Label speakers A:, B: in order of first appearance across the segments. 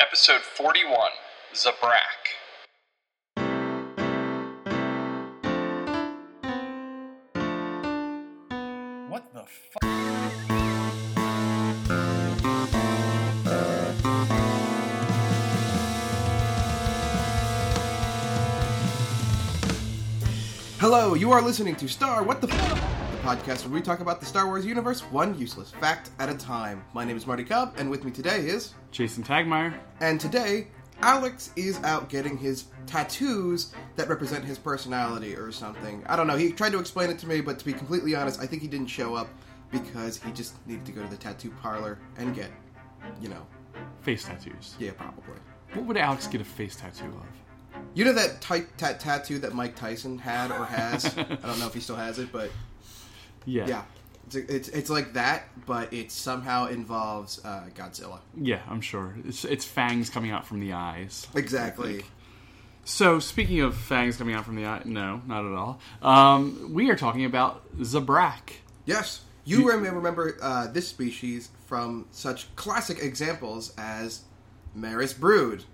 A: Episode 41 Zabrak. What the fuck?
B: Hello, you are listening to Star What the F- the podcast where we talk about the Star Wars universe one useless fact at a time. My name is Marty Cobb, and with me today is,
C: Jason Tagmeyer.
B: and today, Alex is out getting his tattoos that represent his personality or something. I don't know. He tried to explain it to me, but to be completely honest, I think he didn't show up because he just needed to go to the tattoo parlor and get, you know,
C: Face tattoos.
B: yeah, probably.
C: What would Alex get a face tattoo of?
B: You know that ty- ta- tattoo that Mike Tyson had or has? I don't know if he still has it, but
C: Yeah.
B: Yeah, it's it's, it's like that, but it somehow involves uh, Godzilla.
C: Yeah, I'm sure. It's, it's fangs coming out from the eyes.
B: Exactly.
C: So, speaking of fangs coming out from the eye, no, not at all. Um, we are talking about Zabrak.
B: Yes, you may remember uh, this species from such classic examples as Maris Brood,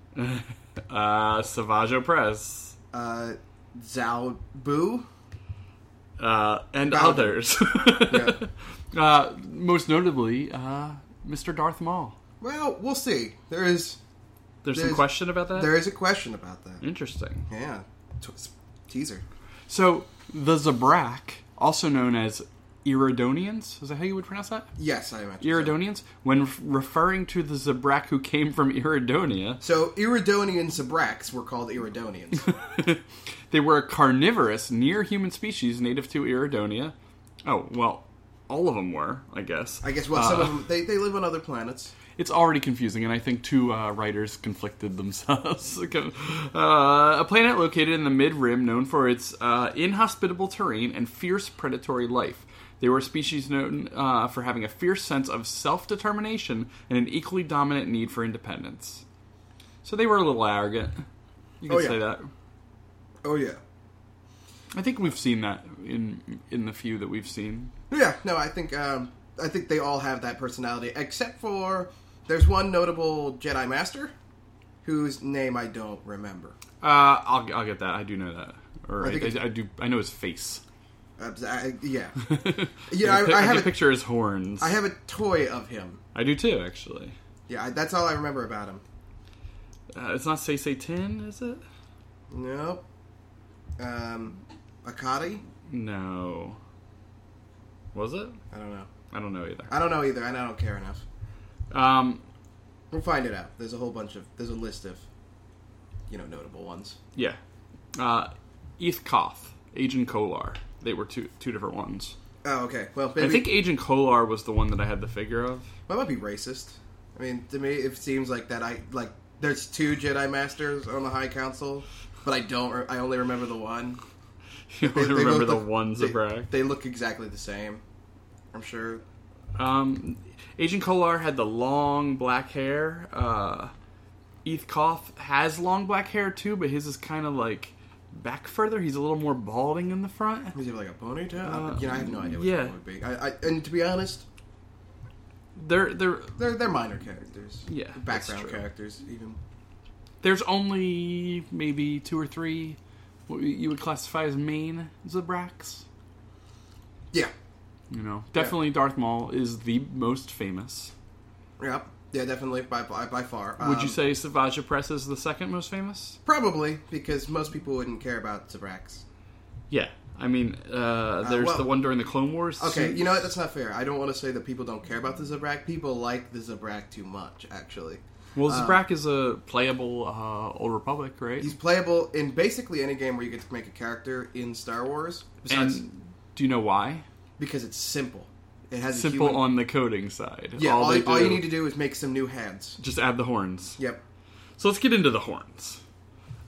C: Uh, Savage Press.
B: uh, Zhao Bu.
C: Uh, and others. uh, most notably, uh, Mr. Darth Maul.
B: Well, we'll see. There is
C: There's,
B: There's-
C: some question about that?
B: there is a question about that.
C: Interesting.
B: Yeah, T- s- teaser.
C: So, the Zabrak, also known as Iridonians, is that how you would pronounce that?
B: Yes, I imagine. so.
C: Iridonians, when f- referring to the Zabrak who came from Iridonia,
B: So Iridonian Zabraks were called Iridonians.
C: they were a carnivorous, near human species native to Iridonia. Oh, well, all of them were, I guess.
B: I guess. Well, some of them they, they live on other planets.
C: It's already confusing, and I think two uh, writers conflicted themselves. Okay. uh, a planet located in the mid rim, known for its uh, inhospitable terrain and fierce predatory life. They were a species known uh, for having a fierce sense of self determination and an equally dominant need for independence. So they were a little arrogant. You could
B: Oh, yeah.
C: say that.
B: Oh yeah.
C: I think we've seen that in in the few that we've seen.
B: Yeah, no, I think um, I think they all have that personality, except for there's one notable Jedi Master whose name I don't remember.
C: Uh, I'll I'll get that. I do know that. Or I,
B: I think
C: I, I do. I know his face.
B: Uh, I- yeah,
C: I
B: yeah,
C: can pic-
B: I, I
C: I
B: have
C: can
B: a,
C: picture his horns.
B: I have a toy of him.
C: I do too, actually.
B: Yeah, I, that's all I remember about him.
C: Uh, it's not Say Say Ten, is it?
B: Nope. Um, Akati.
C: No. Was it?
B: I don't know.
C: I don't know either.
B: I don't know either, and I don't care enough.
C: Um,
B: We'll find it out. There's a whole bunch of there's a list of you know notable ones.
C: yeah. Uh, Eth Koth, Agent Kolar. They were two two different ones.
B: Oh, okay. Well,
C: I
B: maybe
C: think Agent Kolar was the one that I had the figure of.
B: That might be racist. I mean, to me, it seems like that. I like there's two Jedi Masters on the High Council, but I don't. Re- I only remember the one.
C: You
B: They- they
C: remember
B: both
C: the
B: look-
C: ones
B: they,
C: of Bragg?
B: They look exactly the same. I'm sure.
C: Um, Agent Kolar had the long black hair. Uh, Eth Koth has long black hair too, but his is kind of like back further. He's a little more balding in the front.
B: Does he have like a ponytail? you know, I have no idea what
C: Uh, yeah.
B: that would be. I, I, and to be honest,
C: They're they're
B: they're they're minor characters.
C: Yeah, that's
B: background
C: true.
B: characters even.
C: There's only maybe two or three what you would classify as main Zabraks.
B: Yeah,
C: You know, definitely Darth Maul is the most famous.
B: yeah, yeah, definitely by by, by far.
C: Would
B: Um,
C: you say Savage Press is the second most famous?
B: probably because most people wouldn't care about Zabrax?
C: Yeah, I mean, uh, there's
B: well-
C: the one during the Clone Wars.
B: Okay,
C: too.
B: you know what? That's not fair. I don't want to say that people don't care about the Zabrak. People like the Zabrak too much, actually.
C: well, Zabrak is a playable uh, Old Republic, right?
B: Um, He's playable in basically any game where you get to make a character in Star Wars. Besides,
C: and do you know why?
B: because it's simple. It has
C: Simple
B: a human...
C: on the coding side.
B: Yeah, all,
C: they
B: you- all you
C: do-
B: need to do is make some new hands.
C: just add the horns.
B: Yep.
C: So let's get into the horns.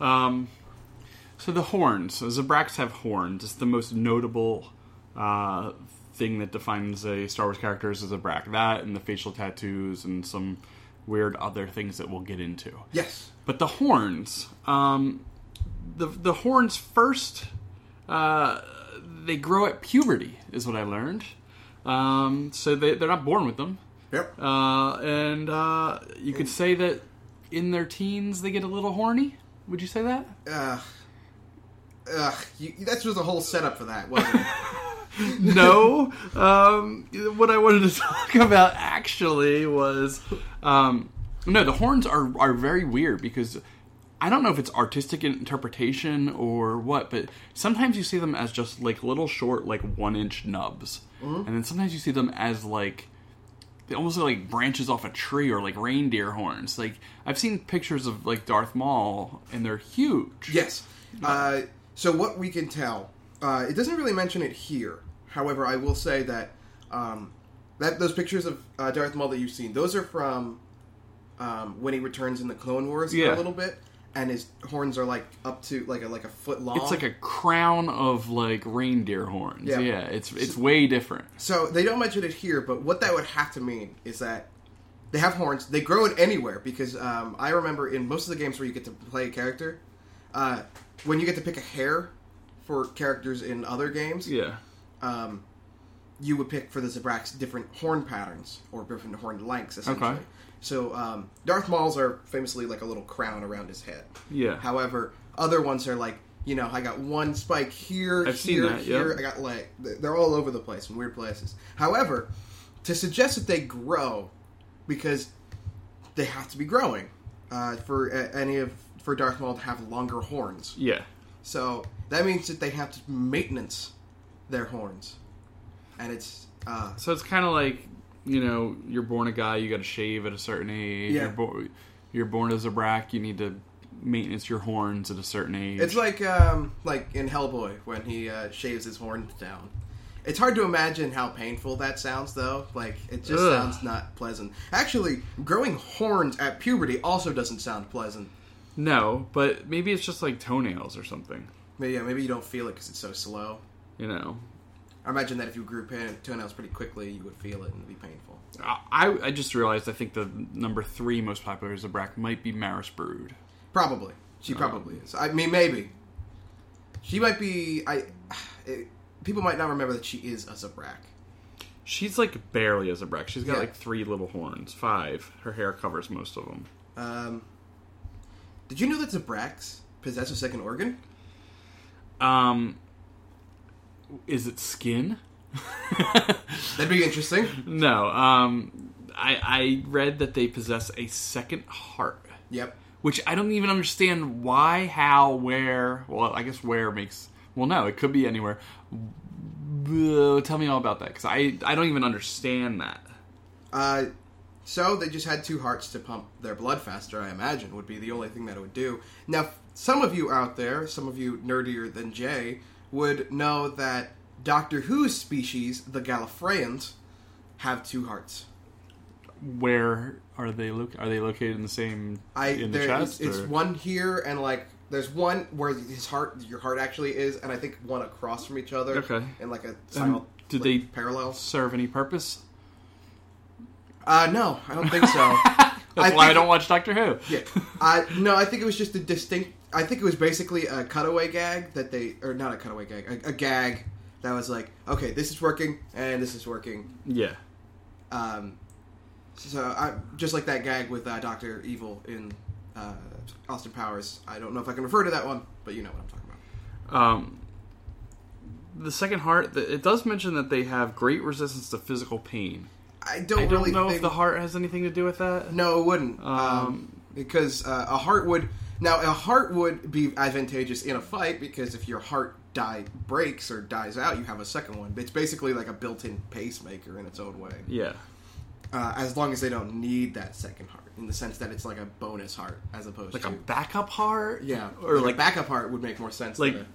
C: Um, so the horns. So Zabraks have horns. It's the most notable uh, thing that defines a Star Wars character is a Zabrak. That and the facial tattoos and some weird other things that we'll get into.
B: Yes.
C: But the horns. Um, the the horns first. Uh, they grow at puberty, is what I learned. Um, so they, they're not born with them.
B: Yep.
C: Uh, and uh, you could say that in their teens they get a little horny. Would you say that?
B: Ugh. Ugh. You, that was a whole setup for that, wasn't it?
C: no. Um, what I wanted to talk about actually was um, no, the horns are, are very weird because I don't know if it's artistic interpretation or what, but sometimes you see them as just like little short, like one inch nubs. And then sometimes you see them as like. They almost look like branches off a tree or like reindeer horns. Like I've seen pictures of like Darth Maul, and they're huge.
B: Yes. Uh, so what we can tell, uh, it doesn't really mention it here. However, I will say that um, that those pictures of uh, Darth Maul that you've seen, those are from um, when he returns in the Clone Wars for
C: Yeah.
B: a little bit, and his horns are like up to like a, like a foot long.
C: It's like a crown of like reindeer horns.
B: Yeah.
C: Yeah, it's it's way different.
B: So they don't mention it here, but what that would have to mean is that they have horns. They grow it anywhere because um, I remember in most of the games where you get to play a character, uh, when you get to pick a hair for characters in other games,
C: Yeah.
B: um, you would pick for the Zabrax different horn patterns or different horn lengths, essentially.
C: Okay.
B: So um, Darth Maul's are famously like a little crown around his head.
C: Yeah.
B: However, other ones are like, you know, I got one spike here,
C: I've seen
B: here,
C: that, yeah.
B: here. I got like th- they're all over the place in weird places. However, to suggest that they grow because they have to be growing uh, for uh, any of for Darth Maul to have longer horns.
C: Yeah.
B: So that means that they have to maintenance their horns, and it's uh,
C: So it's kind of like you know you're born a guy, you got to shave at a certain age.
B: Yeah.
C: You're, bo- you're born as a brack, you need to maintenance your horns at a certain age.
B: it's like um, like in Hellboy when he uh, shaves his horns down. It's hard to imagine how painful that sounds, though. Like it just
C: Ugh.
B: sounds not pleasant. Actually, growing horns at puberty also doesn't sound pleasant.
C: no, but maybe it's just like toenails or something.
B: Maybe yeah, maybe you don't feel it because it's so slow.
C: You know,
B: I imagine that if you grew pan- toenails pretty quickly, you would feel it and it'd be painful.
C: I I- I just realized I think the number three most popular Zabrak might be Maris Brood.
B: Probably. She probably is. I mean, maybe. She might be. I. It, people might not remember that she is a Zabrak.
C: She's like barely as a Zabrak. She's got
B: Yeah.
C: like three little horns, five. Her hair covers most of them.
B: Um, did you know that Zabraks possess a second organ?
C: Um, is it skin?
B: That'd be interesting.
C: No. Um, I I read that they possess a second heart,
B: Yep.
C: which I don't even understand why, how, where. Well, I guess where makes. Well, no, it could be anywhere. Boo, Tell me all about that because I I don't even understand that.
B: Uh, so they just had two hearts to pump their blood faster. I imagine would be the only thing that it would do. Now, some of you out there, some of you nerdier than Jay, would know that Doctor Who's species, the Gallifreyans, have two hearts.
C: Where are they loc? Are they located in the same
B: I
C: in the
B: there,
C: chest?
B: It's,
C: or-
B: it's one here and like there's one where his heart, your heart actually is, and I think one across from each other.
C: Okay.
B: And like a
C: Um, did
B: like,
C: they-
B: parallels?
C: serve any purpose?
B: Uh, no, I don't think so.
C: That's
B: I
C: why I
B: think-
C: don't watch Doctor Who.
B: Yeah. I no, I think it was just a distinct. I think it was basically a cutaway gag that they, or not a cutaway gag, a, a gag that was like, okay, this is working and this is working.
C: yeah.
B: Um, so I just like that gag with uh, Doctor Evil in uh, Austin Powers. I don't know if I can refer to that one, but you know what I'm talking about.
C: Um, the second heart, th- it does mention that they have great resistance to physical pain.
B: I don't,
C: I don't
B: really
C: know
B: think
C: if the heart has anything to do with that.
B: no, it wouldn't um,
C: Um,
B: because uh, a heart would now a heart would be advantageous in a fight because if your heart die breaks or dies out, you have a second one. It's basically like a built-in pacemaker in its own way,
C: Yeah.
B: uh, as long as they don't need that second heart in the sense that it's like a bonus heart as opposed
C: Like
B: to
C: a backup heart?
B: yeah,
C: Or like
B: a
C: like,
B: backup heart would make more sense.
C: like,
B: than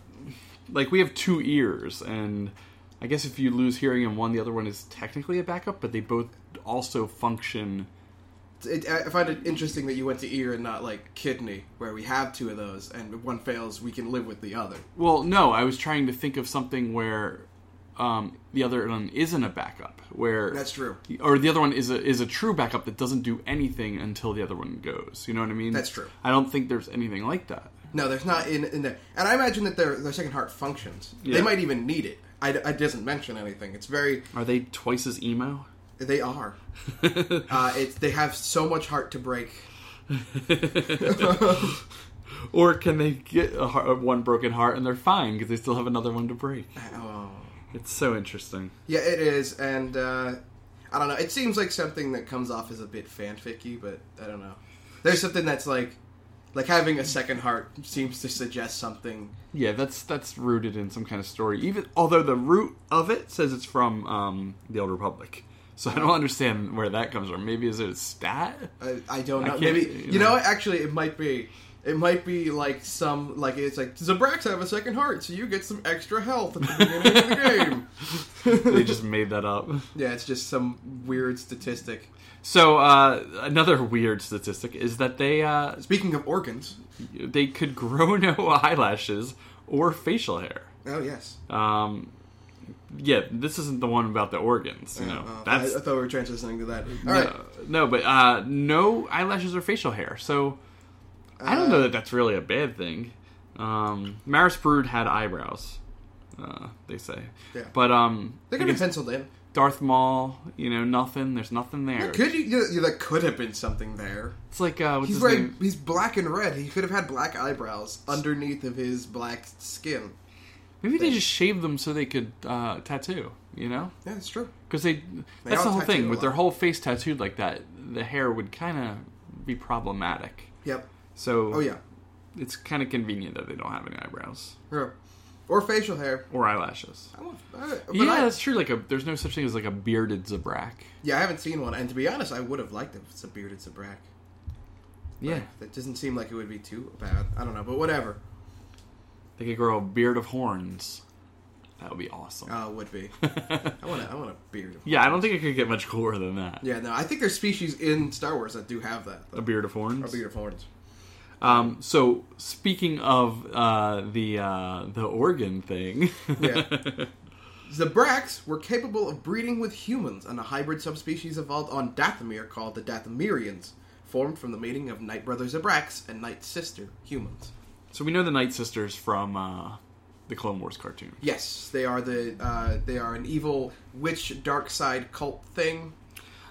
B: a-
C: we have two ears, and I guess if you lose hearing in one, the other one is technically a backup, but they both also function.
B: it, I I find it interesting that you went to ear and not like kidney, where we have two of those, and if one fails, we can live with the other.
C: Well, no, I was trying to think of something where um, the other one isn't a backup. Where
B: That's true.
C: or the other one is a is a true backup that doesn't do anything until the other one goes. You know what I mean?
B: That's true.
C: I don't think there's anything like that.
B: No, there's not in in there, and I imagine that their their second heart functions. They
C: Yeah.
B: might even need it. I, I doesn't mention anything. It's very
C: Are they twice as emo?
B: they are. uh, it's they have so much heart to break
C: or can they get a heart, one broken heart and they're fine because they still have another one to break?
B: Oh.
C: It's so interesting.
B: Yeah, it is, and uh, I don't know. It seems like something that comes off as a bit fanficky, but I don't know. There's something that's like, like having a second heart seems to suggest something.
C: Yeah, that's that's rooted in some kind of story. Even although the root of it says it's from um, the Old Republic, so I don't understand where that comes from. Maybe is it a stat?
B: I, I don't
C: I
B: know.
C: can't-
B: Maybe
C: you
B: you know.
C: know.
B: what? Actually, it might be. It might be like some like it's like Zabrax have a second heart, so you get some extra health at the beginning of the game.
C: they just made that up.
B: Yeah, it's just some weird statistic.
C: So uh, another weird statistic is that they uh,
B: Speaking of organs,
C: they could grow no eyelashes or facial hair.
B: oh yes,
C: Um, yeah, this isn't the one about the organs. You know,
B: Uh,
C: that's
B: I, I thought we were transitioning to that. All right.
C: no, no, but uh, no eyelashes or facial hair. So I don't know that that's really a bad thing. Um, Maris Brood had eyebrows. Uh, they say,
B: Yeah.
C: but um,
B: They could have been penciled in.
C: Darth Maul, you know, nothing. There's nothing there.
B: Could you? you know, That could have been something there.
C: It's like uh, what's
B: He's
C: his
B: wearing.
C: name?
B: He's black and red. He could have had black eyebrows underneath of his black skin.
C: Maybe they just shaved them so they could uh, tattoo. You know,
B: Yeah, that's true.
C: because they, that's
B: all
C: the whole
B: tattoo
C: thing
B: a
C: with their
B: lot.
C: whole face tattooed like that. The hair would kind of be problematic.
B: Yep.
C: So
B: Oh yeah.
C: it's kind of convenient that they don't have any eyebrows
B: Sure. Or facial hair.
C: or eyelashes.
B: I don't- I- but
C: yeah,
B: I,
C: that's true. Like a, there's no such thing as like a bearded Zabrak.
B: yeah, I haven't seen one, and to be honest, I would have liked it if it's a bearded Zabrak.
C: Yeah,
B: That doesn't seem like it would be too bad. I don't know, but whatever.
C: they could grow a beard of horns. That would be awesome.
B: Uh, would be. I want. I want a beard.
C: yeah, I don't think it could get much cooler than that.
B: Yeah, no, I think there's species in Star Wars that do have that.
C: A
B: though.
C: beard of horns.
B: A beard of horns.
C: Um, so speaking of uh, the uh, the organ thing,
B: Yeah. The Brax were capable of breeding with humans, and a hybrid subspecies evolved on Dathomir called the Dathomirians, formed from the meeting of Night Brother Zabrax and Night Sister humans.
C: so we know the Night Sisters from uh, the Clone Wars cartoon.
B: Yes, they are the uh, they are an evil witch dark side cult thing.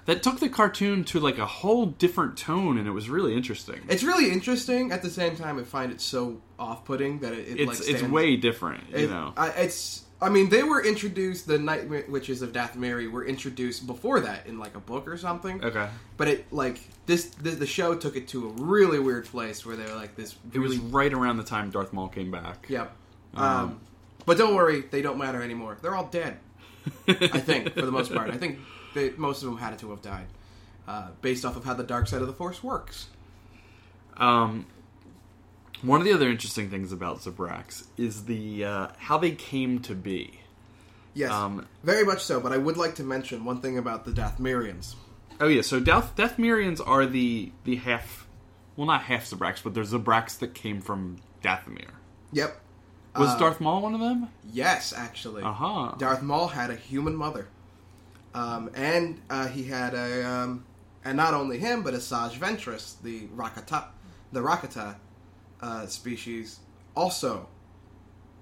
C: That took the cartoon to like a whole different tone, and it was really interesting.
B: It's really interesting. At the same time, I find it so off putting that it, it
C: It's
B: like
C: it's
B: stands-
C: way different, you
B: It- uh,
C: know.
B: I, it's. I mean, they were introduced. The Night Witches of Dathomiri were introduced before that in like a book or something.
C: okay,
B: But it like this the, the show took it to a really weird place where they were like this.
C: it was
B: Really,
C: right around the time Darth Maul came back.
B: Yep. Um, but don't worry, they don't matter anymore. They're all dead. I think for the most part. I think they, most of them had to have died, uh, based off of how the dark side of the force works.
C: Um, one of the other interesting things about Zabrax is the uh, how they came to be.
B: Yes,
C: Um,
B: very much so. But I would like to mention one thing about the Dathmirians.
C: Oh yeah, so Death Deathmirians are the the half, well not half Zabrax, but they're Zabrax that came from Dathomir.
B: Yep.
C: Was
B: Uh,
C: Darth Maul one of them?
B: Yes, actually.
C: Uh huh.
B: Darth Maul had a human mother, um, and uh, he had a, um, and not only him, but a Saj Ventress, the Rakata, the Rakata uh, species, also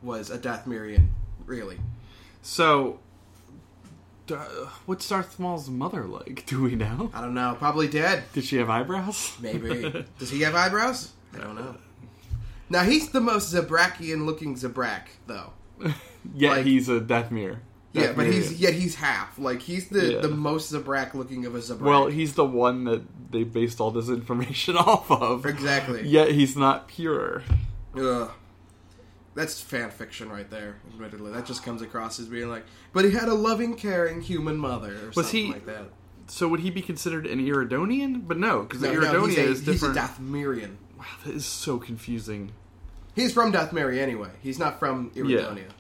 B: was a Dathmirian. Really,
C: So, Dar- what's Darth Maul's mother like? Do we know?
B: I don't know. Probably dead.
C: Did she have eyebrows?
B: Maybe. Does he have eyebrows? I don't know. Now he's the most Zabrakian-looking Zabrak, though.
C: yeah,
B: like-
C: he's a Deathmir.
B: Yeah, but he's
C: Dathmirian.
B: yet he's half. Like he's the,
C: Yeah.
B: the most Zabrak looking of a Zabrak.
C: well, he's the one that they based all this information off of.
B: exactly.
C: Yet he's not pure.
B: Ugh. That's fan fiction right there, admittedly. That just comes across as being like, but he had a loving, caring human mother or
C: Was
B: something
C: he-
B: like that.
C: So would he be considered an Iridonian? But no, because the
B: No,
C: Iridonia
B: no, he's, a,
C: is
B: he's a
C: different.
B: Dathmerian.
C: wow, that is so confusing.
B: He's from Dathmeri anyway. He's not from Iridonia.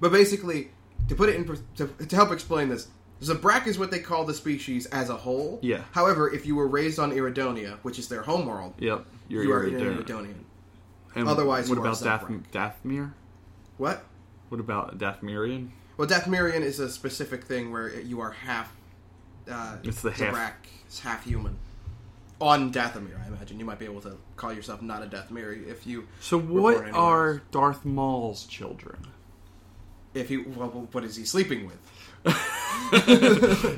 B: But basically, to put it in, pers- to, to help explain this, Zabrak is what they call the species as a whole.
C: Yeah.
B: However, if you were raised on Iridonia, which is their homeworld,
C: Yep, you're
B: you are an
C: Iridonian.
B: Iridonian.
C: And
B: Otherwise,
C: what
B: you are
C: about Dath-
B: Zabrak.
C: Dathmir?
B: What?
C: What about Dathmirian?
B: Well, Dathmerian is a specific thing where you are half. Uh,
C: It's the half-
B: Zabrak is half human. On Dathomir, I imagine you might be able to call yourself not a Dathomir if you.
C: So
B: were born
C: what
B: anywhere
C: are
B: else.
C: Darth Maul's children?
B: if you? Well, what is he sleeping with?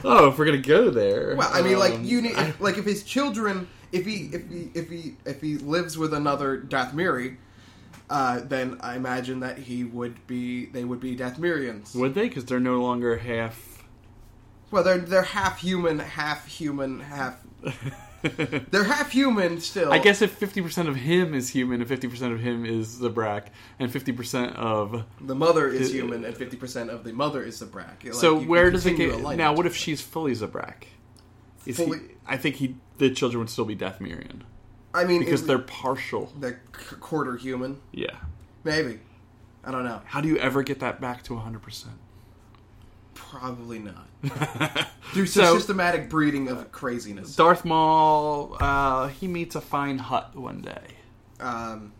C: Oh, if we're gonna go there.
B: Well, I mean, like
C: um,
B: you need, like if his children, if he if he if he if he lives with another Dathmiri, uh, then I imagine that he would be they would be Dathmirians.
C: Would they? Because they're no longer half.
B: Well, they're they're half human, half human, half they're half human still.
C: I guess if fifty percent of him is human and fifty percent of him is the brack, and fifty percent of
B: the mother is human and fifty percent of the mother is the brack. Like,
C: so
B: you- you
C: where does it
B: continue
C: get
B: a line
C: now?
B: of
C: What if
B: it.
C: she's fully Zabrak? Is
B: Fully-
C: he, I think he the children would still be Dathmirian
B: I mean
C: because
B: it-
C: they're partial.
B: they're c- quarter human,
C: Yeah.
B: maybe. I don't know.
C: How do you ever get that back to hundred percent?
B: Probably not.
C: Through
B: It's a
C: so
B: systematic breeding of craziness.
C: Darth Maul, uh, he meets a fine hut one day.
B: Um,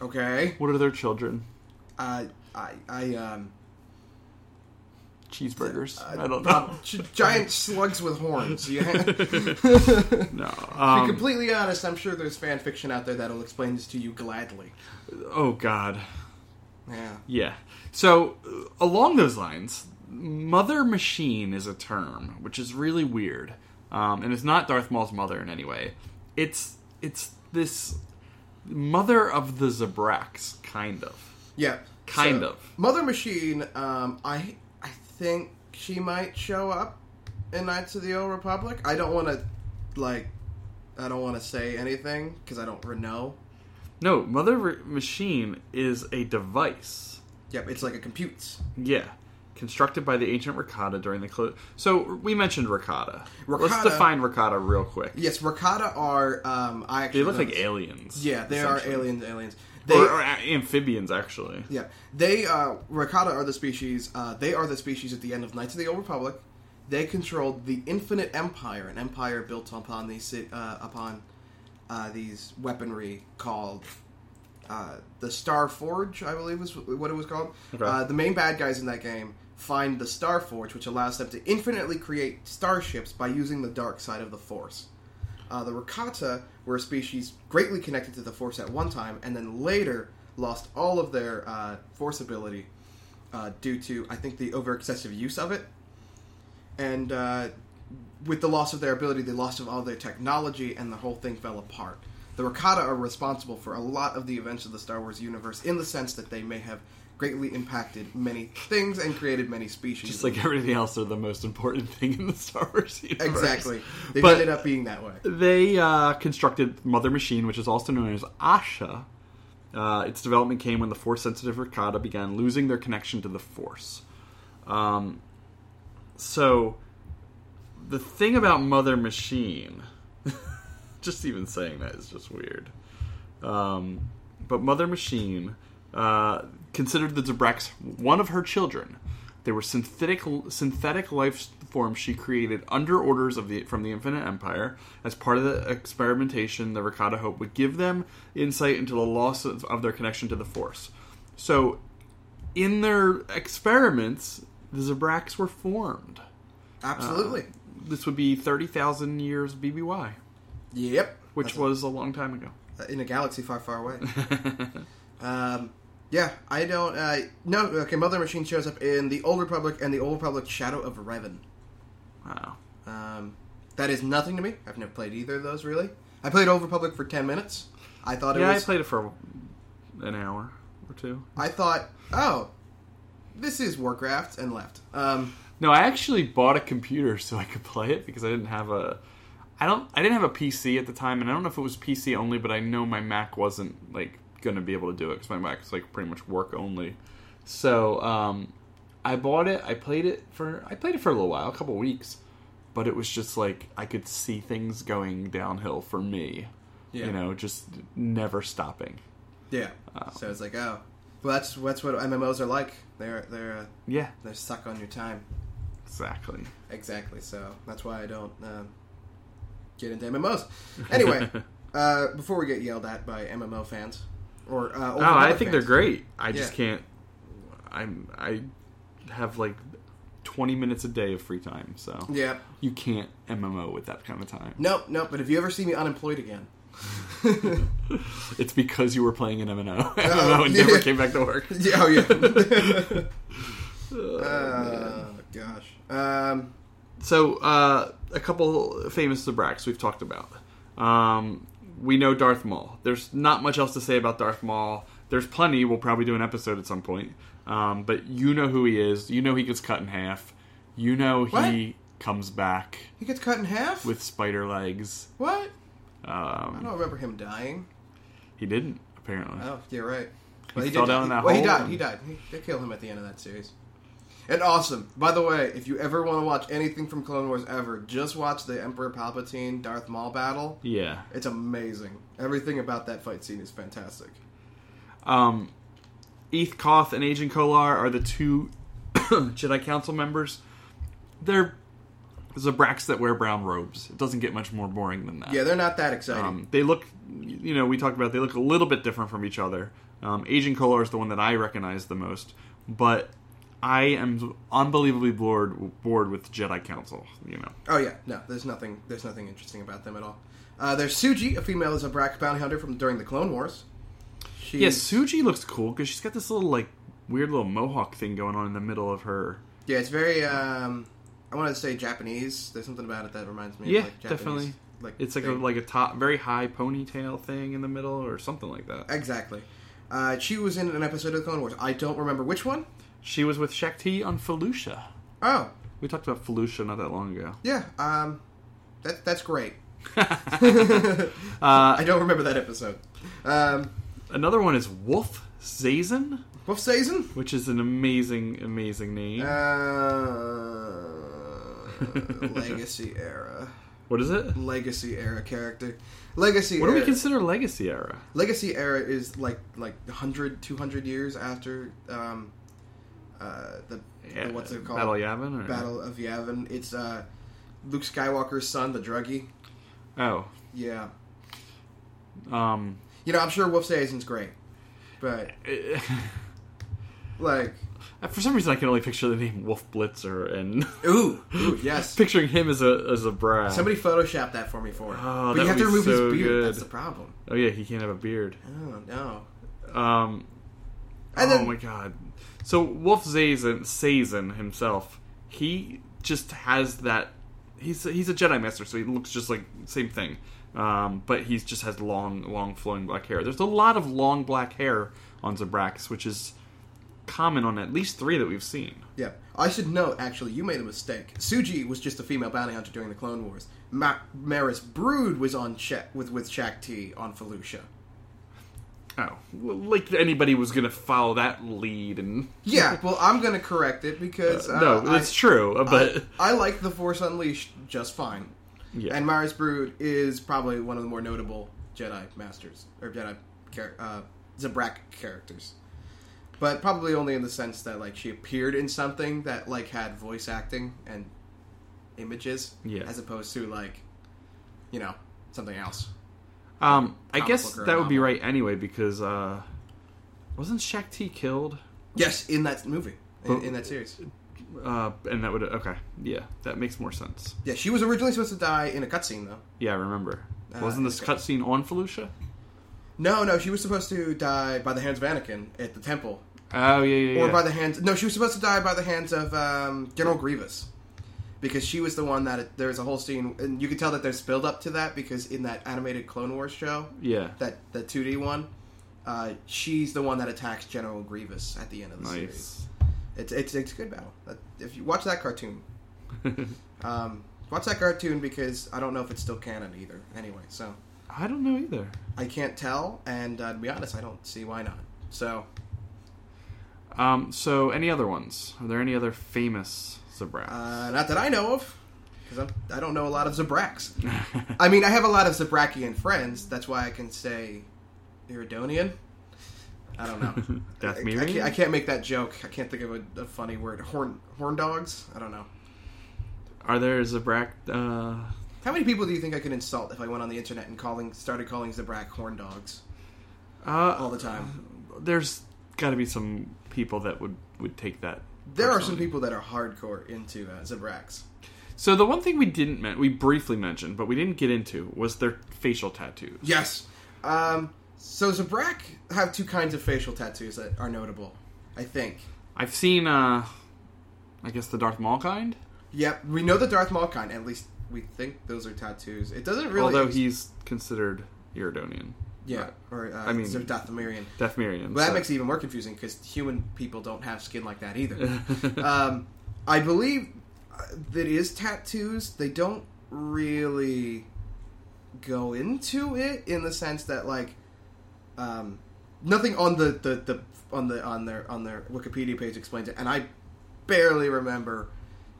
B: okay.
C: What are their children?
B: Uh, I I um.
C: Cheeseburgers. I don't know.
B: prob- gi- giant slugs with horns. Yeah.
C: No.
B: to be
C: Um,
B: completely honest, I'm sure there's fan fiction out there that'll explain this to you gladly.
C: oh God.
B: Yeah.
C: Yeah. So, uh, along those lines, mother machine is a term which is really weird, um, and it's not Darth Maul's mother in any way. It's it's this mother of the Zabraks, kind of.
B: Yeah.
C: Kind
B: So,
C: of.
B: Mother Machine. Um, I I think she might show up in Knights of the Old Republic. I don't want to like. I don't want to say anything because I don't re- know.
C: No, mother re- machine is a device.
B: Yep, it's like a computes.
C: Yeah. Constructed by the ancient Rakata during the close. So we mentioned Rakata. Let's
B: Rakata-
C: define Rakata real quick.
B: Yes, Rakata are. Um, I actually
C: They look like
B: know-
C: aliens.
B: Yeah, they are
C: essentially.
B: aliens. Aliens. They
C: or, or a- amphibians, actually.
B: Yeah, they uh, Rakata are the species. Uh, they are the species at the end of Knights of the Old Republic. They controlled the Infinite Empire, an empire built upon these ci- uh, upon uh, these weaponry called uh, the Star Forge, I believe is what it was called.
C: Okay.
B: Uh, the main bad guys in that game find the Star Forge, which allows them to infinitely create starships by using the dark side of the Force. Uh, the Rakata were a species greatly connected to the Force at one time, and then later lost all of their uh, Force ability uh, due to, I think, the over excessive use of it. And uh, with the loss of their ability, the loss of all their technology, and the whole thing fell apart. The Rakata are responsible for a lot of the events of the Star Wars universe in the sense that they may have greatly impacted many things and created many species.
C: Just like everything else, they're the most important thing in the Star Wars universe.
B: exactly. They
C: But-
B: ended up being that way.
C: They uh, constructed Mother Machine, which is also known as Asha. Uh, its development came when the Force sensitive Rakata began losing their connection to the Force. Um, so, the thing about Mother Machine, just even saying that is just weird. Um, but Mother Machine uh, considered the Zabraks one of her children. They were synthetic synthetic life forms she created under orders of the from the Infinite Empire. As part of the experimentation, the Rakata hope would give them insight into the loss of, of their connection to the Force. So, in their experiments, the Zabraks were formed.
B: Absolutely.
C: This would be thirty thousand years BBY,
B: yep.
C: which
B: That's a-
C: was a long time ago.
B: in a galaxy far, far away. um, yeah, I don't. Uh, no, okay. Mother Machine shows up in the Old Republic and the Old Republic Shadow of Revan.
C: Wow.
B: Um, that is nothing to me. I've never played either of those really. I played Old Republic for ten minutes. I thought it
C: Yeah,
B: was.
C: I played it for an hour or two.
B: I thought, oh, this is Warcraft, and left. Um,
C: No, I actually bought a computer so I could play it because I didn't have a I don't I didn't have a PC at the time and I don't know if it was PC only, but I know my Mac wasn't like going to be able to do it cuz my Mac is like pretty much work only. So, um I bought it, I played it for I played it for a little while, a couple weeks, but it was just like I could see things going downhill for me.
B: Yeah.
C: You know, just never stopping.
B: yeah. So it's like, oh, well, that's that's what MMOs are like. They're they're uh,
C: Yeah,
B: they suck on your time.
C: exactly.
B: Exactly. So that's why I don't um, get into MMOs. Anyway, uh, before we get yelled at by MMO fans, or uh, Old
C: Oh, I
B: Republic
C: think they're
B: fans.
C: great. I just
B: Yeah.
C: can't. I'm I have like twenty minutes a day of free time, so
B: Yeah.
C: you can't MMO with that kind of time.
B: Nope, nope. But if you ever see me unemployed again,
C: It's because you were playing an MMO, MMO and
B: Oh. yeah.
C: never came back to work.
B: yeah, oh yeah. uh, gosh. Um,
C: So uh, a couple famous Zabraks we've talked about. Um, we know Darth Maul. There's not much else to say about Darth Maul. There's plenty. We'll probably do an episode at some point. Um, but you know who he is. You know he gets cut in half. You know he comes back
B: He gets cut in half.
C: with spider legs.
B: what? I
C: Um,
B: don't remember him dying.
C: he didn't apparently.
B: Oh, you're right.
C: fell
B: did-
C: down in that
B: well, he
C: hole
B: died.
C: and-
B: He died. He, they killed him at the end of that series. And awesome. By the way, if you ever want to watch anything from Clone Wars ever, just watch the Emperor Palpatine Darth Maul battle.
C: Yeah.
B: It's amazing. Everything about that fight scene is fantastic.
C: Um, Eth Koth and Agent Kolar are the two Jedi Council members. They're Zabraks that wear brown robes. It doesn't get much more boring than that.
B: Yeah, they're not that exciting.
C: Um, they look, you know, we talked about they look a little bit different from each other. Um, Agent Kolar is the one that I recognize the most, but I am unbelievably bored bored with Jedi Council. You know,
B: Oh yeah, no, there's nothing. There's nothing interesting about them at all. Uh, there's Suji, a female Zabrak bounty hunter from during the Clone Wars. She's,
C: yeah, Suji looks cool because she's got this little like weird little mohawk thing going on in the middle of her.
B: yeah, it's very. Um, I wanted to say Japanese. There's something about it that reminds me.
C: Yeah,
B: of, like, Japanese,
C: definitely.
B: Like
C: It's like a,
B: thing.
C: like a top, very high ponytail thing in the middle, or something like that.
B: exactly. Uh, she was in an episode of the Clone Wars. I don't remember which one.
C: She was with Shakti on Felucia.
B: Oh
C: We talked about Felucia not that long ago.
B: yeah, um, that that's great.
C: Uh,
B: I don't remember that episode. Um,
C: Another one is Wolf Zazen,
B: Wolf season.
C: which is an amazing, amazing name.
B: Uh, Legacy era.
C: what is it?
B: Legacy era character. Legacy.
C: What do
B: era.
C: we consider legacy era?
B: Legacy era is like like 100, 200 years after um, uh, the, the what's it called?
C: Battle Yavin? Or?
B: Battle of Yavin. It's uh, Luke Skywalker's son, the druggie.
C: Oh.
B: Yeah,
C: Um,
B: you know I'm sure Wolf Saison's great, but like
C: for some reason, I can only picture the name Wolf Blitzer and
B: ooh, ooh yes.
C: picturing him as a as a brat.
B: Somebody photoshopped that for me for it.
C: Oh,
B: but
C: that
B: you have
C: would be
B: to remove
C: so
B: his beard.
C: good.
B: That's the problem.
C: Oh yeah, he can't have a beard.
B: Oh no.
C: Um,
B: And
C: oh
B: then-
C: my god. So Wolf Zazen, Sazen himself, he just has that. He's a, he's a Jedi Master, so he looks just like same thing. Um, but he just has long, long flowing black hair. There's a lot of long black hair on Zabrax, which is common on at least three that we've seen.
B: Yeah, I should note actually, you made a mistake. Suji was just a female bounty hunter during the Clone Wars. Ma- Maris Brood was on Sha with with Shakti on Felucia.
C: Oh, well, like anybody was gonna follow that lead, and
B: Yeah, well, I'm gonna correct it because uh,
C: no,
B: I-
C: it's true. But
B: I like the Force Unleashed just fine.
C: Yeah.
B: and Maris Brood is probably one of the more notable Jedi masters or Jedi char- uh, Zabrak characters. But probably only in the sense that like she appeared in something that like had voice acting and images,
C: Yeah.
B: as opposed to like, you know, something else.
C: Um, I
B: comic
C: guess
B: book or a
C: that would be
B: novel.
C: right anyway because uh, wasn't Shakti killed?
B: Yes, in that movie, in, in that series.
C: Uh, and that would okay, yeah, that makes more sense.
B: Yeah, she was originally supposed to die in a cutscene though.
C: Yeah, I remember.
B: Uh,
C: wasn't this
B: okay.
C: cutscene on Felucia?
B: No, no, she was supposed to die by the hands of Anakin at the temple
C: Oh yeah, yeah, yeah.
B: Or by the hands. No, she was supposed to die by the hands of um, General Grievous, because she was the one that there's a whole scene, and you can tell that there's build up to that because in that animated Clone Wars show,
C: yeah.
B: that the 2D one, uh, she's the one that attacks General Grievous at the end of the series.
C: nice.
B: It's it's it's a good battle. That- If you watch that cartoon, um, watch that cartoon because I don't know if it's still canon either. Anyway, so
C: I don't know either.
B: I can't tell, and uh, to be honest, I don't see why not. So
C: Um, so any other ones? Are there any other famous Zabraks?
B: Uh, not that I know of, because I don't know a lot of Zabraks. I mean, I have a lot of Zabrakian friends. That's why I can say Iridonian. I don't know.
C: Death
B: I, I
C: Mirian?
B: can't, I can't make that joke. I can't think of a, a funny word. Horn horn dogs. I don't know.
C: Are there Zabrak? Uh,
B: How many people do you think I could insult if I went on the internet and calling started calling Zabrak horn dogs all
C: uh,
B: the time?
C: there's got to be some people that would would take that.
B: There are
C: personally.
B: some people that are hardcore into uh, Zabraks.
C: So the one thing we didn't men- we briefly mentioned, but we didn't get into was their facial tattoos.
B: Yes. Um, so Zabrak have two kinds of facial tattoos that are notable. I think.
C: I've seen, uh, I guess the Darth Maul kind.
B: Yep, we know the Darth Maul kind. At least we think those are tattoos. It doesn't really.
C: Although he's considered Iridonian,
B: yeah, or uh,
C: I mean-
B: they're Dathomirian.
C: Dathmerian.
B: But that
C: so-
B: makes it even more confusing because human people don't have skin like that either. um, I believe uh, that is tattoos. They don't really go into it in the sense that like um, nothing on the, the, the on the on their on their Wikipedia page explains it, and I barely remember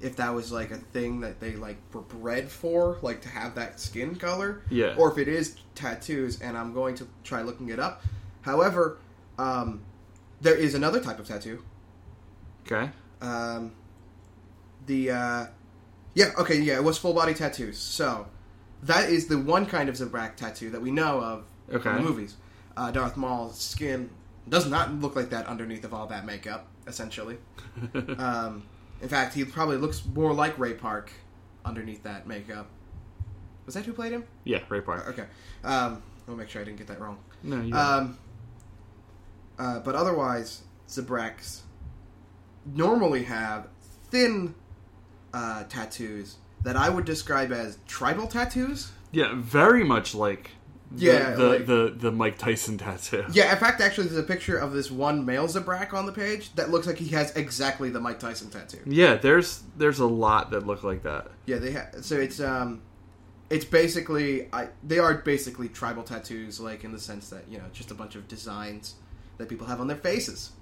B: if that was like a thing that they like were bred for, like to have that skin color,
C: Yeah.
B: or if it is tattoos. And I'm going to try looking it up. However, um, there is another type of tattoo
C: okay.
B: um, the uh, yeah okay yeah it was full body tattoos so that is the one kind of Zabrak tattoo that we know of
C: Okay.
B: from the movies uh, Darth Maul's skin does not look like that underneath of all that makeup essentially um, in fact he probably looks more like Ray Park underneath that makeup was that who played him
C: Yeah, Ray Park.
B: okay um, I'll make sure I didn't get that wrong
C: No, you
B: um, uh, but otherwise, Zabraks normally have thin uh, tattoos that I would describe as tribal tattoos.
C: yeah, very much like the,
B: Yeah,
C: the,
B: like-
C: the the Mike Tyson tattoo.
B: Yeah, in fact, actually, there's a picture of this one male Zabrak on the page that looks like he has exactly the Mike Tyson tattoo.
C: Yeah, there's there's a lot that look like that.
B: Yeah, they ha- so it's um, it's basically I they are basically tribal tattoos, like in the sense that you know just a bunch of designs that people have on their faces.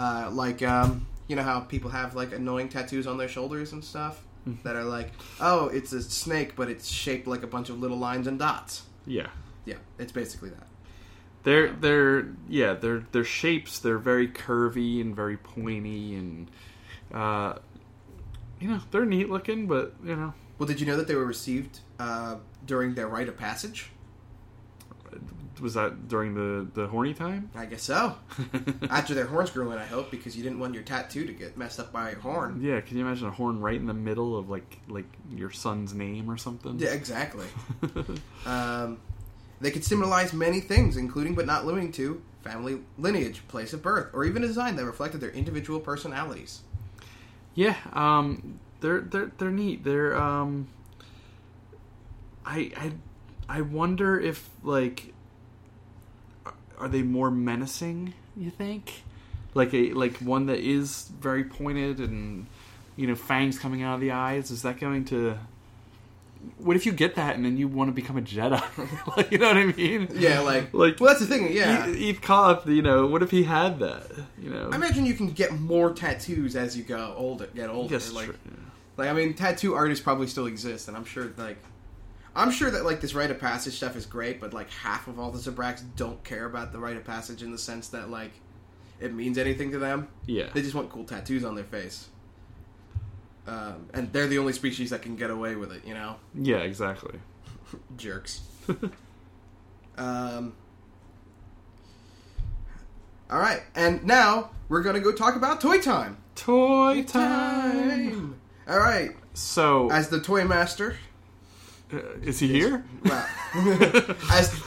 B: uh, like um, you know how people have like annoying tattoos on their shoulders and stuff that are like, oh, it's a snake, but it's shaped like a bunch of little lines and dots.
C: Yeah.
B: Yeah, it's basically that.
C: They're they're yeah, they're they're shapes, they're very curvy and very pointy and uh you know, they're neat looking, but you know,
B: Well, did you know that they were received uh, during their rite of passage?
C: was that during the the horny time?
B: I guess so. After their horns grew in, I hope, because you didn't want your tattoo to get messed up by a horn.
C: Yeah, can you imagine a horn right in the middle of like like your son's name or something?
B: Yeah, exactly. um, they could symbolize many things, including but not limiting to family lineage, place of birth, or even a design that reflected their individual personalities.
C: Yeah, um, they're they're they're neat. They're um, I I I wonder if like are- are they more menacing? You think like a like one that is very pointed and you know fangs coming out of the eyes is that going to what if you get that and then you want to become a Jedi? like, you know what I mean?
B: Yeah, like,
C: Like-
B: well, that's the thing. Yeah,
C: Eat, eat cop, you know. What if he had that? You know,
B: I imagine you can get more tattoos as you go older, get older.
C: Yes,
B: like,
C: true.
B: like I mean, tattoo artists probably still exist, and I'm sure like, I'm sure that like this rite of passage stuff is great, but like half of all the Zabraks don't care about the rite of passage in the sense that like it means anything to them.
C: yeah.
B: They just want cool tattoos on their face. Um, and they're the only species that can get away with it, you know?
C: Yeah, exactly.
B: jerks. um, all right, and now we're gonna go talk about toy time.
C: Toy time.
B: All right,
C: So,
B: as the toy master,
C: uh, is he here?
B: well, as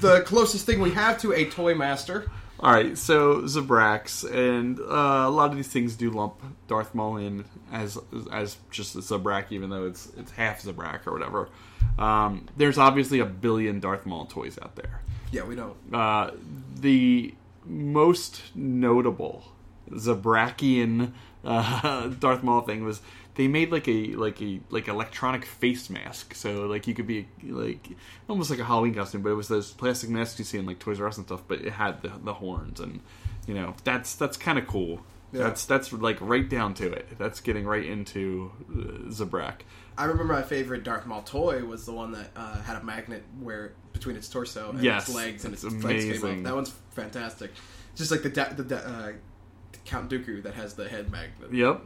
B: the closest thing we have to a toy master.
C: All right. So Zabrax and uh, a lot of these things do lump Darth Maul in as as just a Zabrak, even though it's it's half Zabrak or whatever. Um, there's obviously a billion Darth Maul toys out there.
B: Yeah, we don't.
C: Uh, the most notable Zabrakian uh, Darth Maul thing was they made like a like a like electronic face mask, so like you could be like almost like a Halloween costume, but it was those plastic masks you see in like Toys R Us and stuff, but it had the, the horns and you know that's that's kind of cool.
B: Yeah.
C: That's that's like right down to it. That's getting right into uh, Zabrak.
B: I remember my favorite Darth Maul toy was the one that uh, had a magnet where between its torso and
C: Yes,
B: its legs, and
C: it's
B: its legs came
C: amazing.
B: off. That one's fantastic. Just like the da- the da- uh, Count Dooku that has the head magnet.
C: Yep.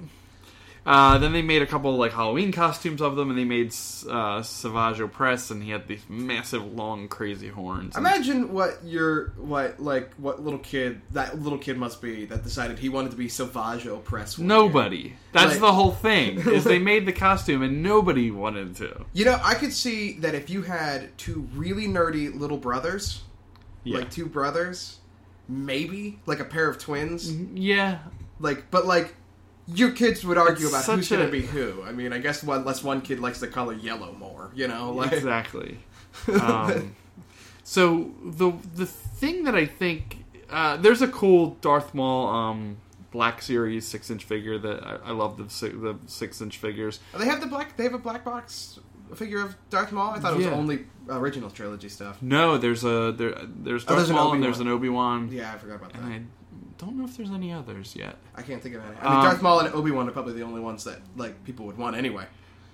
C: Uh, then they made a couple like Halloween costumes of them, and they made uh, Savage Press, and he had these massive, long, crazy horns. And-
B: Imagine what your what like what little kid that little kid must be that decided he wanted to be Savage Opress. one year.
C: nobody. That's
B: Like-
C: the whole thing. Is they made the costume, and nobody wanted to.
B: You know, I could see that if you had two really nerdy little brothers,
C: Yeah.
B: like two
C: Mm-hmm.
B: brothers, maybe like a pair of twins,
C: yeah.
B: like but like your kids would argue
C: It's
B: about who's
C: such a-
B: going to be who. I mean, I guess one, unless one kid likes the color yellow more, you know, like
C: exactly. Um, so the the thing that I think uh, there's a cool Darth Maul um, Black Series six inch figure that I, I love the si- the six inch figures.
B: Oh, they have the black. They have a black box figure of Darth Maul. I thought it was
C: Yeah.
B: only original trilogy stuff.
C: No, there's a there there's Darth
B: Oh, there's an
C: Maul and there's an Obi Wan.
B: Yeah, I forgot about that.
C: And I don't know if there's any others yet.
B: I can't think of any. I mean,
C: Um,
B: Darth Maul and Obi Wan are probably the only ones that like people would want anyway.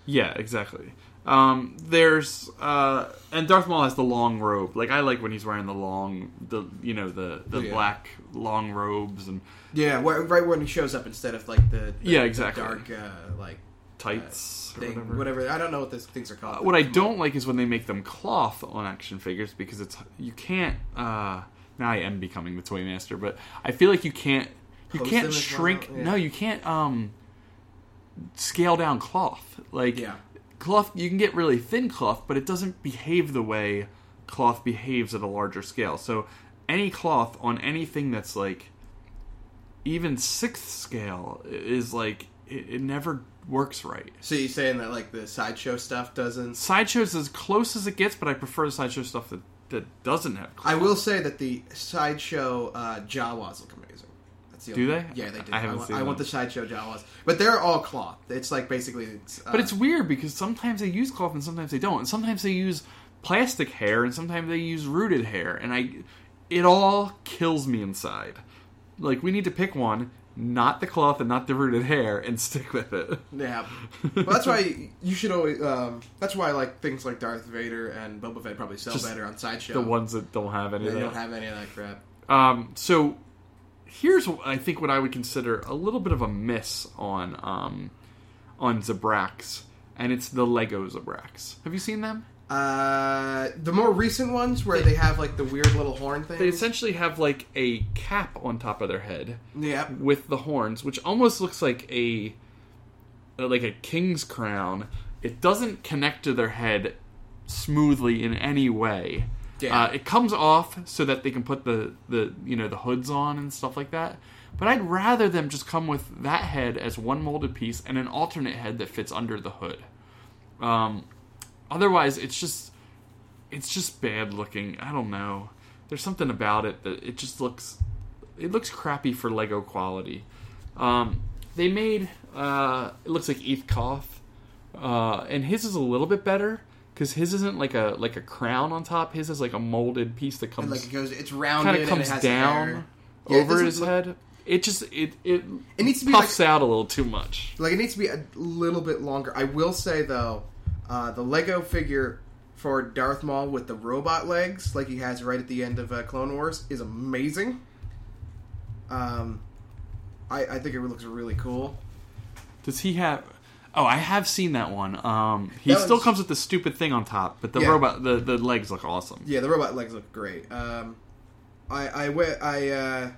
C: Yeah, exactly. Um, there's uh, and Darth Maul has the long robe. Like I like when he's wearing the long, the you know the the
B: Oh, Yeah.
C: black long robes and
B: Yeah, wh- right when he shows up instead of like the, the
C: Yeah,
B: the
C: exactly.
B: dark uh, like
C: tights. or
B: thing,
C: whatever.
B: whatever. I don't know what those things are
C: Uh,
B: called.
C: What I don't like is when they make them cloth on action figures because it's you can't. Uh, now I am becoming the toy master, but I feel like you can't. You
B: Post them
C: can't
B: as
C: shrink.
B: well, yeah.
C: No, you can't. Um, scale down cloth. Like
B: Yeah.
C: cloth, you can get really thin cloth, but it doesn't behave the way cloth behaves at a larger scale. So any cloth on anything that's like even sixth scale i- is like it, it never works right.
B: So you saying that like the sideshow stuff doesn't?
C: Sideshow's as close as it gets, but I prefer the sideshow stuff that, that doesn't have clothes.
B: I will say that the sideshow uh, Jawas look amazing. That's the
C: Do
B: only-
C: they?
B: Yeah, they do.
C: I haven't
B: want,
C: seen
B: I want
C: them.
B: the sideshow Jawas, but they're all cloth. It's like basically. It's, uh,
C: But it's weird because sometimes they use cloth and sometimes they don't. And sometimes they use plastic hair and sometimes they use rooted hair. And I, it all kills me inside. Like we need to pick one, not the cloth and not the rooted hair, and stick with it.
B: Yeah, well, that's why you should always. Um, that's why like things like Darth Vader and Boba Fett probably sell
C: Just
B: better on sideshow.
C: The ones that don't have any.
B: they
C: of that.
B: don't have any of that crap.
C: Um, so here's what I think what I would consider a little bit of a miss on um, on Zabrax, and it's the Lego Zabrax. Have you seen them?
B: Uh, the more recent ones where they have like the weird little horn thing.
C: They essentially have like a cap on top of their head
B: yeah,
C: with the horns, which almost looks like a uh, like a king's crown. It doesn't connect to their head smoothly in any way.
B: Yeah.
C: Uh, it comes off so that they can put the, the you know the hoods on and stuff like that. But I'd rather them just come with that head as one molded piece and an alternate head that fits under the hood. Um, otherwise, it's just it's just bad looking. I don't know. There's something about it that it just looks it looks crappy for Lego quality. Um, they made uh, it looks like Eth Koth, uh, and his is a little bit better because his isn't like a like a crown on top. His is like a molded piece that
B: and,
C: comes
B: like it goes, it's rounded
C: kind of comes
B: and it has
C: down
B: hair. Yeah, it
C: over
B: doesn't
C: his
B: look-
C: head. It just it it,
B: It needs to be
C: puffs out a little too much.
B: like it needs to be a little bit longer. I will say though, uh, the Lego figure for Darth Maul with the robot legs, like he has right at the end of uh, Clone Wars, is amazing. Um, I, I think it looks really cool.
C: Does he have? Oh, I have seen that one. Um, he
B: That
C: still
B: one's-
C: comes with the stupid thing on top, but the
B: Yeah.
C: robot the, the legs look awesome.
B: Yeah, the robot legs look great. Um, I I went I. Uh,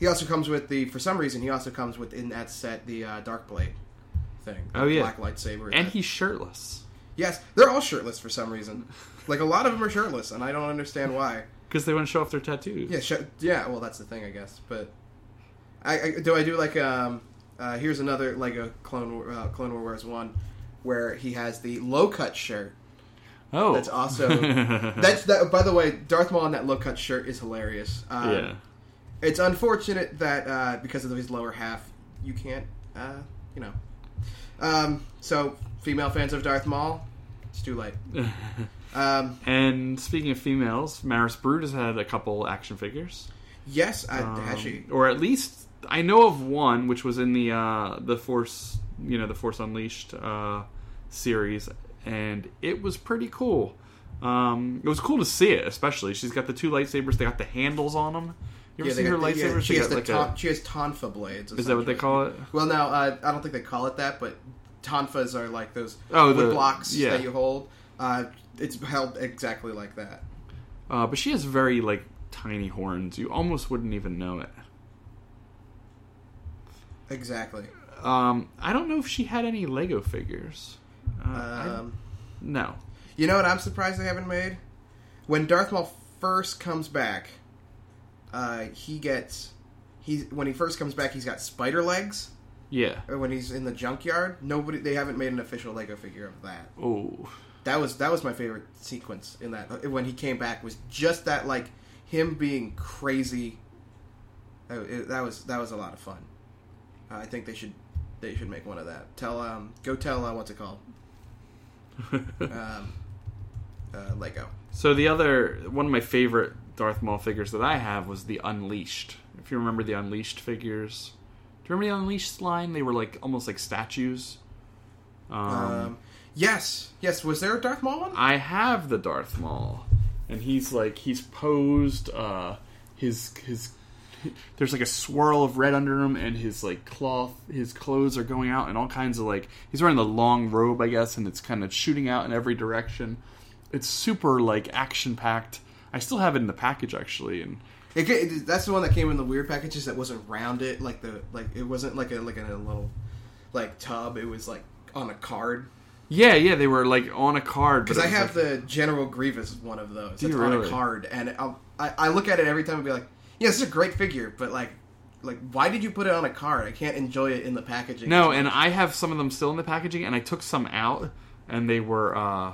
B: he also comes with the for some reason he also comes with in that set the uh, dark blade thing.
C: Oh,
B: the
C: yeah.
B: black lightsaber.
C: And
B: that-
C: he's shirtless
B: yes, they're all shirtless for some reason. Like a lot of them are shirtless, and I don't understand why.
C: because they want to show off their tattoos.
B: Yeah, sh- yeah. Well, that's the thing, I guess. But I, I do I do like um uh, here's another Lego Clone War- uh, Clone War Wars one where he has the low cut shirt.
C: Oh,
B: That's also that's that. By the way, Darth Maul in that low cut shirt is hilarious. Um,
C: yeah.
B: It's unfortunate that uh, because of his lower half, you can't uh, you know. Um, so female fans of Darth Maul, it's too late. Um,
C: And speaking of females, Maris Brood has had a couple action figures,
B: yes, I,
C: Um,
B: has she?
C: or at least I know of one, which was in the uh, the Force, you know, the Force Unleashed uh, series, and it was pretty cool. Um, it was cool to see it, especially she's got the two lightsabers. They got the handles on them. You ever
B: Yeah,
C: see
B: they
C: her
B: got the-
C: lightsaber?
B: yeah, she, has
C: got
B: the
C: like
B: ton-
C: a,
B: she has tonfa blades.
C: is that what they
B: essentially.
C: call it?
B: Well, no, uh, I don't think they call it that, but tonfas are like those
C: Oh,
B: wood
C: the-
B: blocks
C: yeah.
B: that you hold. Uh, it's held exactly like that.
C: Uh, but she has very like tiny horns. You almost wouldn't even know it.
B: Exactly.
C: Um, I don't know if she had any Lego figures. Uh, I-
B: Um,
C: no.
B: you know what I'm surprised they haven't made? When Darth Maul first comes back, uh, he gets he when he first comes back, he's got spider legs,
C: Yeah.
B: or when he's in the junkyard. Nobody, they haven't made an official Lego figure of that.
C: Oh.
B: That was that was my favorite sequence in that uh, when he came back was just that like him being crazy. That it- that was that was a lot of fun. Uh, I think they should they should make one of that. Tell um go tell uh, what's it called um, uh, Lego.
C: So the other one of my favorite Darth Maul figures that I have was the Unleashed. If you remember the Unleashed figures, do you remember the Unleashed line? They were like almost like statues. Um,
B: Um, yes, yes. Was there a Darth Maul one?
C: I have the Darth Maul, and he's like he's posed. Uh, his his there's like a swirl of red under him, and his like cloth, his clothes are going out, and all kinds of like he's wearing the long robe, I guess, and it's kind of shooting out in every direction. It's super like action packed. I still have it in the package actually, and
B: It, ca- it, that's the one that came in the weird packages that wasn't rounded, like the like it wasn't like a like in a little like tub. It was like on a card.
C: yeah, yeah, they were like on a card. but
B: Because I
C: it was,
B: have
C: like,
B: the General Grievous one of those.
C: you
B: It's on
C: really?
B: a card, and I'll, I I look at it every time and be like, "Yeah, this is a great figure," but like, like why did you put it on a card? I can't enjoy it in the packaging.
C: no, and I have some of them still in the packaging, and I took some out, and they were. uh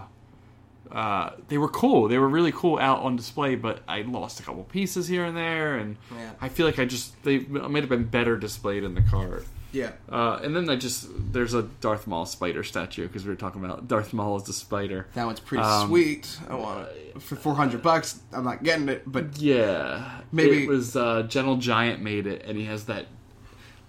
C: uh, they were cool. They were really cool out on display, but I lost a couple pieces here and there, and
B: Yeah.
C: I feel like I just they might have been better displayed in the card.
B: yeah,
C: Uh, and then I just there's a Darth Maul spider statue because we were talking about Darth Maul as the spider.
B: that one's pretty
C: Um,
B: sweet. I want it for four hundred bucks. I'm not getting it, but
C: Yeah,
B: Maybe-
C: it was uh, Gentle Giant made it, and he has that.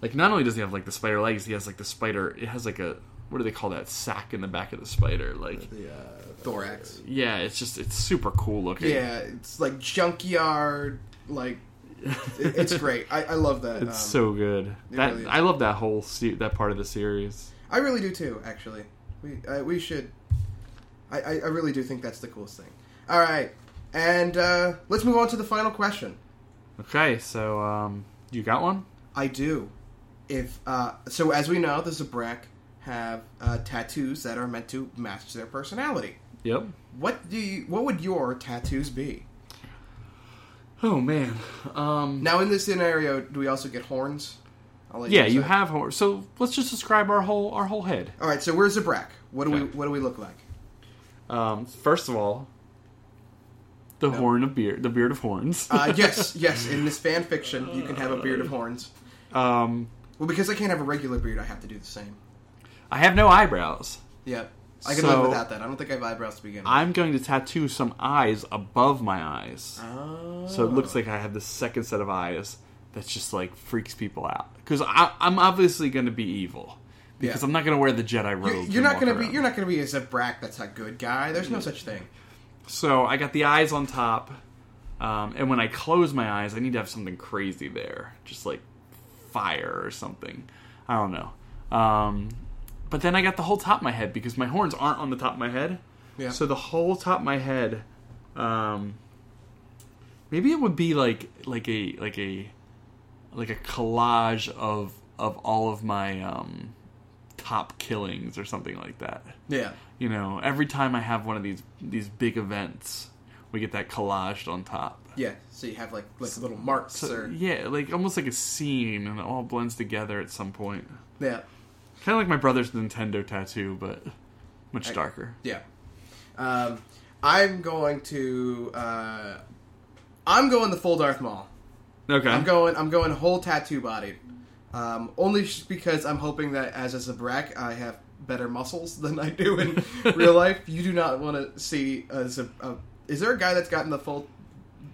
C: Like, not only does he have like the spider legs, he has like the spider. It has like a what do they call that sack in the back of the spider? Like,
B: the uh, thorax.
C: yeah, it's just it's super cool looking.
B: Yeah, it's like junkyard. Like it- it's great. I, I love that. um,
C: it's so good. That
B: really is.
C: I love that whole se- that part of the series.
B: I really do too. Actually, we uh, we should. I, I I really do think that's the coolest thing. All right, and uh, let's move on to the final question.
C: Okay, so um, you got one?
B: I do. If uh, so, as we know, the Zabrak have uh, tattoos that are meant to match their personality.
C: Yep.
B: What do you? What would your tattoos be?
C: Oh man. Um,
B: Now, in this scenario, do we also get horns? I'll let
C: yeah, you
B: decide.
C: have hor- so let's just describe our whole our whole head.
B: All right, so we're Zabrak. What do we?
C: Okay.
B: What do we look like?
C: Um, first of all, the horn of beard, the beard of horns.
B: Uh, yes, yes. In this fan fiction, you can have a beard of horns.
C: um,
B: Well, because I can't have a regular beard, I have to do the same.
C: I have no eyebrows.
B: Yep. I can
C: So-
B: live without that. I don't think I have eyebrows to begin with.
C: I'm going to tattoo some eyes above my eyes,
B: Oh.
C: so it looks like I have this second set of eyes that just like freaks people out. Because I'm obviously going to be evil, because
B: Yeah.
C: I'm not going to wear the Jedi
B: You're,
C: robe.
B: you're
C: and
B: not gonna
C: walk
B: be.
C: around.
B: You're not gonna be a Zabrak. That's a good guy. There's no such thing.
C: So I got the eyes on top, um, and when I close my eyes, I need to have something crazy there, just like fire or something. I don't know. Um, but then I got the whole top of my head because my horns aren't on the top of my head.
B: Yeah.
C: So the whole top of my head, um, maybe it would be like like a like a like a collage of of all of my um, top killings or something like that
B: Yeah.
C: you know, every time I have one of these these big events, we get that collaged on top.
B: Yeah. So you have like like little marks
C: So,
B: or
C: yeah, like almost like a scene, and it all blends together at some point.
B: yeah
C: Kind of like my brother's Nintendo tattoo, but much darker.
B: yeah. Um, I'm going to. Uh, I'm going the full Darth Maul.
C: Okay.
B: I'm going. I'm going whole tattoo bodied. Um, only sh- because I'm hoping that as a Zabrak, I have better muscles than I do in real life. You do not want to see a, Zab- a. Is there a guy that's gotten the full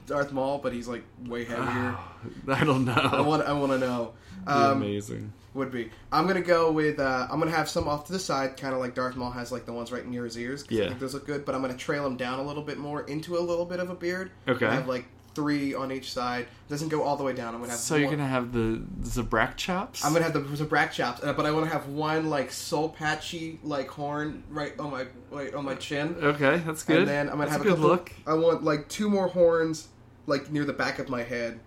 B: Darth Maul, but he's like way heavier?
C: I don't know.
B: I want. I want to know. Um,
C: amazing.
B: would be. I'm gonna go with. Uh, I'm gonna have some off to the side, kind of like Darth Maul has, like the ones right near his ears. 'cause
C: Yeah.
B: I think those look good, but I'm gonna trail them down a little bit more into a little bit of a beard.
C: Okay.
B: I have like three on each side. doesn't go all the way down. I'm gonna have.
C: So you're
B: one-
C: gonna have the Zabrak chops.
B: I'm gonna have the, the brack chops, uh, but I want to have one like soul patchy like horn right on my right on my chin,
C: Okay, that's good.
B: and then I'm gonna
C: That's
B: have
C: a good
B: couple,
C: look.
B: I want like two more horns like near the back of my head.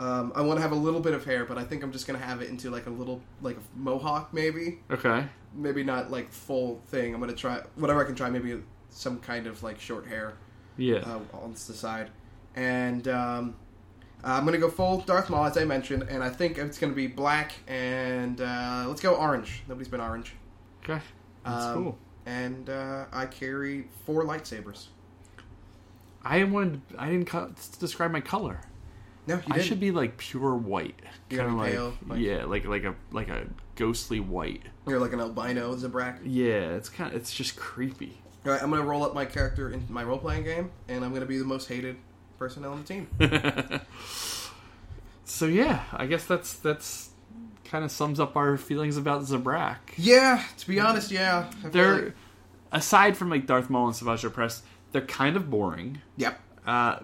B: Um, I want to have a little bit of hair, but I think I'm just gonna have it into like a little like a mohawk maybe,
C: Okay.
B: maybe not like full thing. I'm gonna try whatever I can try, maybe some kind of like short hair
C: Yeah.
B: uh, on the side, and um, Uh, I'm gonna go full Darth Maul as I mentioned, and I think it's gonna be black and uh, let's go orange. Nobody's been orange.
C: Okay, that's
B: Um,
C: cool.
B: And uh, I carry four lightsabers.
C: I wanted. I didn't co- describe my color.
B: No, you
C: I
B: didn't.
C: should be like pure white,
B: You're gonna
C: kind of
B: be
C: like,
B: pale, like-
C: yeah, like like a like a ghostly white.
B: You're like an albino Zabrak.
C: Yeah, it's kind. of It's just creepy.
B: All right, I'm gonna roll up my character in my role playing game, and I'm gonna be the most hated person on the team.
C: So yeah, I guess that's that's kind of sums up our feelings about Zabrak.
B: yeah, to be honest, yeah. I feel
C: They're
B: like-
C: aside from like Darth Maul and Savage Press, they're kind of boring.
B: yep.
C: Uh,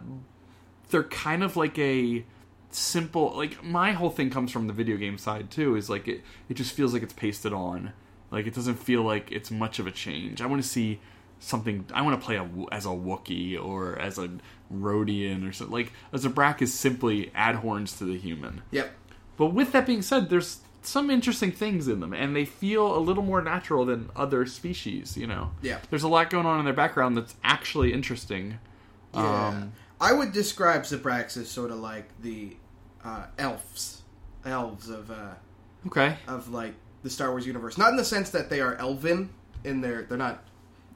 C: they're kind of like a simple like my whole thing comes from the video game side too is like it it just feels like it's pasted on like it doesn't feel like it's much of a change i want to see something i want to play a, Wo- as a wookiee or as a rhodian or something like a zabrak is simply add horns to the human
B: Yep.
C: but with that being said, there's some interesting things in them, and they feel a little more natural than other species. You know,
B: Yeah.
C: There's a lot going on in their background that's actually interesting.
B: Yeah.
C: Um,
B: I would describe Zabrax as sort of like the uh, elves, elves of uh,
C: okay.
B: of like the Star Wars universe. Not in the sense that they are elven in their they're not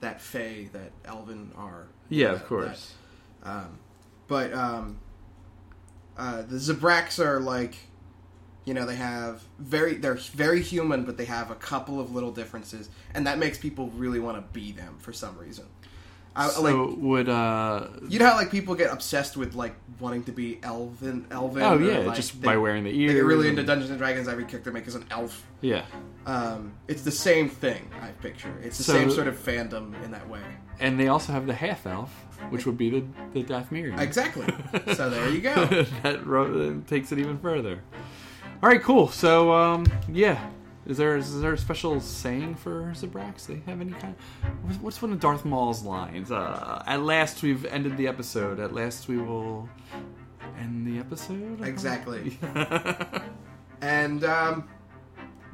B: that fey that elven are.
C: Yeah,
B: That-
C: of course.
B: that- um, but um, uh, the Zabraks are like, you know, they have very they're very human, but they have a couple of little differences, and that makes people really want to be them for some reason. I,
C: so
B: like
C: would uh
B: you know how like people get obsessed with like wanting to be elven, elven.
C: oh
B: or,
C: yeah,
B: like,
C: just
B: they-
C: by wearing the ears.
B: They get really into
C: and-
B: Dungeons and Dragons. Every character they make is an elf.
C: yeah,
B: Um, it's the same thing. I picture. It's the
C: So-
B: same sort of fandom in that way.
C: and they also have the half elf, which would be the the Dathmirian.
B: Exactly. so there you go.
C: that ro- takes it even further. All right, cool. So, um, yeah, is there is there a special saying for Zabrax? They have any kind? What's- What's one of Darth Maul's lines? Uh, at last, we've ended the episode. At last, we will end the episode.
B: Exactly. and um,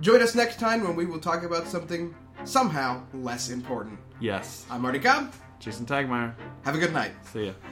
B: join us next time when we will talk about something somehow less important.
C: yes,
B: I'm Marty Cobb.
C: Jason Tagmeyer.
B: Have a good night.
C: See ya.